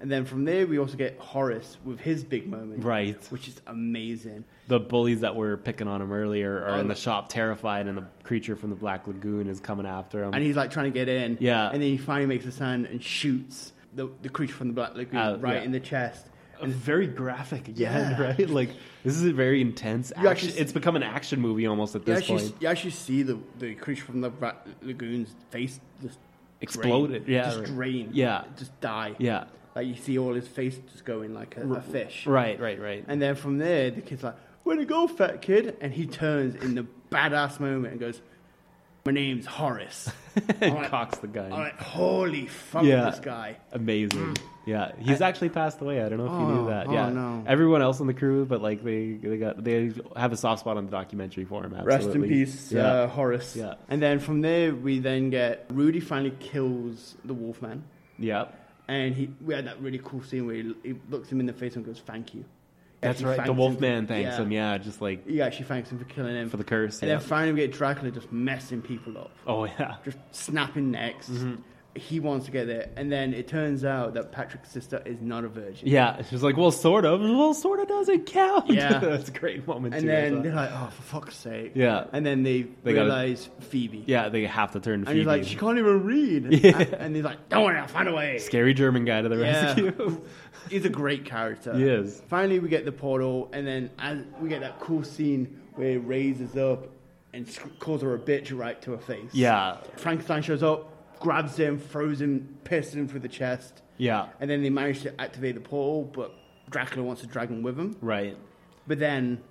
S2: And then from there, we also get Horace with his big moment.
S3: Right.
S2: Which is amazing.
S3: the bullies that were picking on him earlier are
S2: Oh,
S3: in
S2: the-
S3: the shop terrified and the creature from the black lagoon is coming after him
S2: And he's like trying to get in.
S3: Yeah.
S2: And then he finally makes a sound and shoots the, the creature from the Black Lagoon
S3: Uh,
S2: right
S3: yeah.
S2: in the chest.
S3: it's very graphic again
S2: Yeah.
S3: right like this is a very intense action.
S2: You actually s-
S3: it's become an action movie almost at
S2: You
S3: this
S2: actually,
S3: point
S2: you actually see the, the creature from the Black Lagoon's face just
S3: Exploded.
S2: drain.
S3: Yeah,
S2: Just
S3: right.
S2: drain.
S3: Yeah.
S2: Just die.
S3: yeah
S2: Like you see all his face just going like a, a fish.
S3: right right right
S2: And then from there, the kid's like, "Where'd it go, fat kid?" And he turns in the badass moment and goes, "My name's Horace."
S3: and
S2: I'm like-
S3: cocks the
S2: I'm
S3: gun
S2: like, "Holy fuck,
S3: Yeah.
S2: this guy!"
S3: amazing yeah he's actually passed away i don't know if you
S2: Mm. Oh,
S3: knew that
S2: oh,
S3: yeah
S2: no.
S3: everyone else on the crew but like they they got they have a soft spot on the documentary for him absolutely.
S2: Rest in peace,
S3: yeah
S2: uh, Horace.
S3: Yeah.
S2: And then from there, we then get Rudy finally kills the Wolfman,
S3: yeah
S2: and he we had that really cool scene where he, he looks him in the face and goes, "Thank you."
S3: that's
S2: Actually
S3: right
S2: thanks
S3: the
S2: him
S3: wolfman
S2: for-
S3: thanks
S2: yeah.
S3: him yeah just like
S2: He actually thanks him for killing him
S3: for the curse
S2: And
S3: yeah.
S2: then finally, we get Dracula just messing people up,
S3: oh Mm-hmm. yeah
S2: just snapping necks. He wants to get there, and then it turns out that Patrick's sister is not a virgin.
S3: Yeah, she's like, well, sort of. Well, sort of doesn't count.
S2: Yeah.
S3: that's a great moment.
S2: and
S3: too, I
S2: then
S3: thought.
S2: they're like, "Oh, for fuck's sake!"
S3: Yeah.
S2: And then they,
S3: They gotta-
S2: realize Phoebe.
S3: yeah, they have to turn
S2: And he's
S3: Phoebe.
S2: like, "She can't even read."
S3: Yeah.
S2: And, and he's like, "Don't worry, I'll find a way."
S3: Scary German guy to the
S2: Yeah.
S3: rescue.
S2: He's a great character.
S3: He is.
S2: Finally, we get the portal, and then as we get that cool scene where he raises up and sc- calls her a bitch right to her face.
S3: yeah,
S2: Frankenstein shows up, grabs him, throws him, pierces him through the chest.
S3: yeah,
S2: And then they manage to activate the portal, but Dracula wants to drag him with him.
S3: right.
S2: But then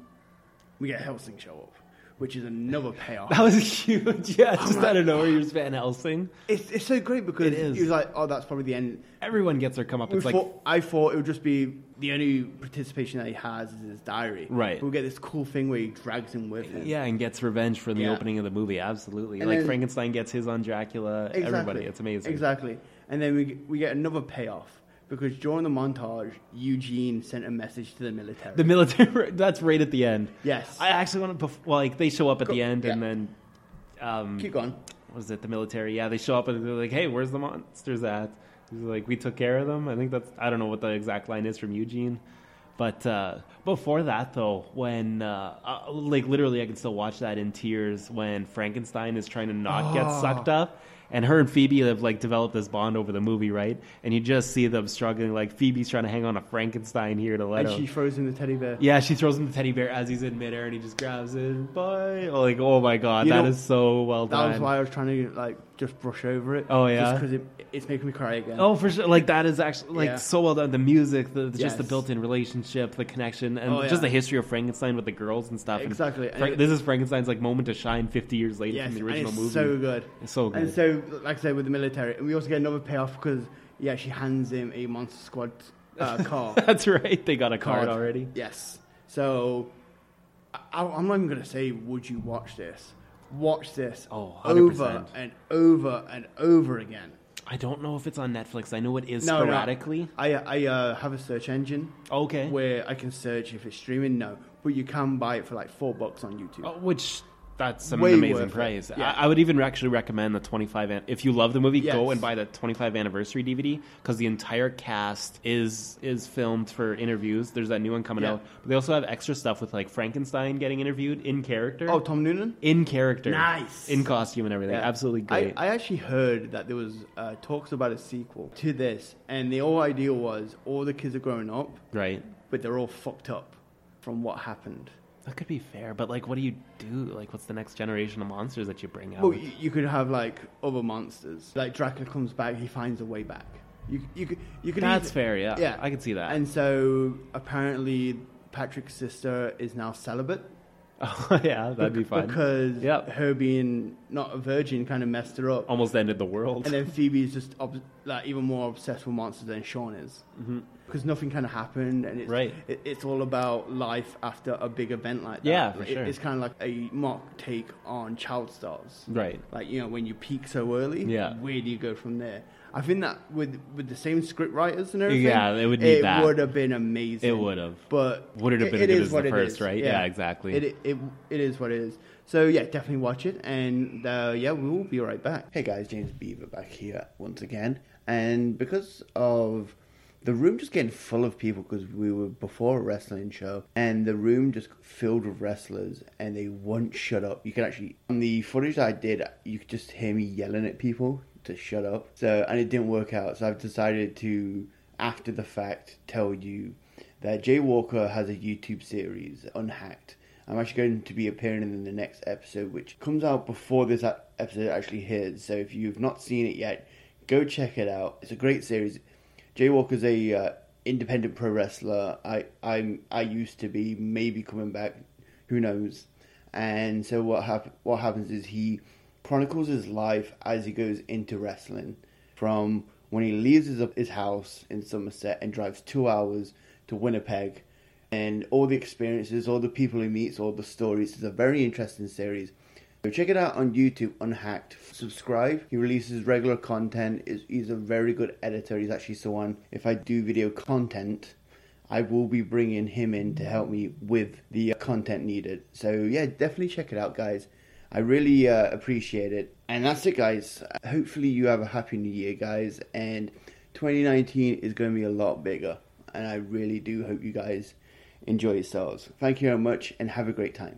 S2: we get Helsing show up, which is another payoff.
S3: That was huge. Yeah, just out of nowhere, you're just Van Helsing.
S2: It's, it's so great because
S3: It is.
S2: he was like, oh, that's probably the end.
S3: Everyone gets their come up.
S2: We
S3: It's like
S2: thought, I thought it would just be the only participation that he has is his diary.
S3: Right.
S2: But we get this cool thing where he drags him with him.
S3: yeah, and gets revenge from the
S2: Yeah.
S3: opening of the movie. Absolutely,
S2: And
S3: like
S2: then-
S3: Frankenstein gets his on Dracula. Everybody, it's amazing.
S2: Exactly. And then we, we get another payoff because during the montage, Eugene sent a message to the military.
S3: The military. That's right at the end.
S2: yes.
S3: I actually want to. Well, like they show up at
S2: Go-
S3: the end, and
S2: yeah.
S3: then um,
S2: Keep going.
S3: what is it? The military. Yeah, they show up and they're like, "Hey, where's the monsters at?" He's like, "We took care of them." I think that's. I don't know what the exact line is from Eugene, but uh, before that, though, when uh, uh, like literally, I can still watch that in tears when Frankenstein is trying to not get
S2: Oh.
S3: sucked up. And her and Phoebe have like developed this bond over the movie, right? And you just see them struggling. Like Phoebe's trying to hang on a Frankenstein here to let
S2: And
S3: him.
S2: she throws him the teddy bear.
S3: Yeah, she throws him the teddy bear as he's in midair, and he just grabs it. Bye. Oh, Like, oh my god,
S2: You
S3: that is
S2: know,
S3: so well
S2: That
S3: done.
S2: was why I was trying to like just brush over it.
S3: Oh, yeah?
S2: because it, it's making me cry again.
S3: Oh, for sure. Like that is actually like
S2: Yeah.
S3: so well done. The music, the, the- just the
S2: Yes.
S3: built-in relationship, the connection, and
S2: Oh, yeah.
S3: just the history of Frankenstein with the girls and stuff. And
S2: Exactly.
S3: Fra-
S2: And-
S3: this is Frankenstein's like moment to shine 50 years later
S2: yes,
S3: from the
S2: and
S3: original
S2: it's
S3: movie.
S2: so good.
S3: It's so good.
S2: And so, like I said, with the military, and we also get another payoff because yeah, she hands him a Monster Squad uh, car.
S3: That's right. They got a card
S2: Card.
S3: already.
S2: Yes. So I, I'm not even going to say, would you watch this? Watch this
S3: Oh, 100%.
S2: over and over and over again.
S3: I don't know if it's on Netflix. I know it is
S2: No, no.
S3: sporadically.
S2: I, I uh, have a search engine
S3: Okay.
S2: where I can search if it's streaming. No, but you can buy it for like four bucks on YouTube.
S3: Oh, which that's an
S2: Way
S3: amazing
S2: worth it.
S3: price.
S2: Yeah.
S3: I, I would even actually recommend the 25. An- if you love the movie, go
S2: Yes.
S3: and buy the 25 anniversary DVD because the entire cast is is filmed for interviews. There's that new one coming
S2: Yeah.
S3: out, but they also have extra stuff with like Frankenstein getting interviewed in character.
S2: Oh, Tom Noonan.
S3: in character,
S2: Nice.
S3: in costume and everything.
S2: Yeah.
S3: Absolutely great.
S2: I, I actually heard that there was uh, talks about a sequel to this, and the whole idea was all the kids are growing up,
S3: right.
S2: but they're all fucked up from what happened.
S3: That could be fair, but like, what do you do? Like, what's the next generation of monsters that you bring out?
S2: Well, you, you could have like other monsters. Like Dracula comes back, he finds a way back. You, you could, you could.
S3: That's
S2: eas-
S3: fair, yeah.
S2: Yeah,
S3: I can see that.
S2: And so apparently, Patrick's sister is now celibate.
S3: oh, yeah, that'd be
S2: bec-
S3: fun.
S2: Because
S3: Yep.
S2: her being not a virgin kind of messed her up.
S3: Almost ended the world.
S2: And then Phoebe is just ob- like even more obsessed with monsters than Sean is, because nothing kind of happened, and it's
S3: Mm-hmm. Right.
S2: it, it's all about life after a big event like that.
S3: Yeah, for
S2: It-
S3: sure.
S2: It's kind of like a mock take on child stars,
S3: Right.
S2: Like you know when you peak so early,
S3: Yeah.
S2: where do you go from there? I think that with with the same script writers and everything,
S3: Yeah, they would need
S2: it
S3: that.
S2: would have been amazing.
S3: It would've.
S2: but
S3: Would it have been as good
S2: is
S3: as the
S2: what it
S3: first,
S2: is.
S3: right? Yeah, exactly.
S2: It, it it is what it is. So yeah, definitely watch it, and uh, yeah, we will be right back. Hey guys, James Beaver back here once again, and because of the room just getting full of people because we were before a wrestling show, and the room just filled with wrestlers, and they won't shut up. You can actually on the footage that I did, you could just hear me yelling at people to shut up. So and it didn't work out. So I've decided to after the fact tell you that Jay Walker has a YouTube series, Unhacked. I'm actually going to be appearing in the next episode, which comes out before this a- episode actually hits. So if you've not seen it yet, go check it out. It's a great series. Jay Walker's a uh, independent pro wrestler. I I'm I used to be, maybe coming back, who knows. And so what hap- what happens is he chronicles his life as he goes into wrestling from when he leaves his, his house in Somerset and drives two hours to Winnipeg, and all the experiences, all the people he meets, all the stories. It's a very interesting series. So check it out on YouTube, Unhacked. Subscribe. He releases regular content. He's, he's a very good editor. He's actually someone, if I do video content, I will be bringing him in to help me with the uh, content needed. So yeah, definitely check it out, guys. I really uh, appreciate it. And that's it, guys. Hopefully, you have a happy new year, guys. And 2019 is going to be a lot bigger. And I really do hope you guys enjoy yourselves. Thank you very much and have a great time.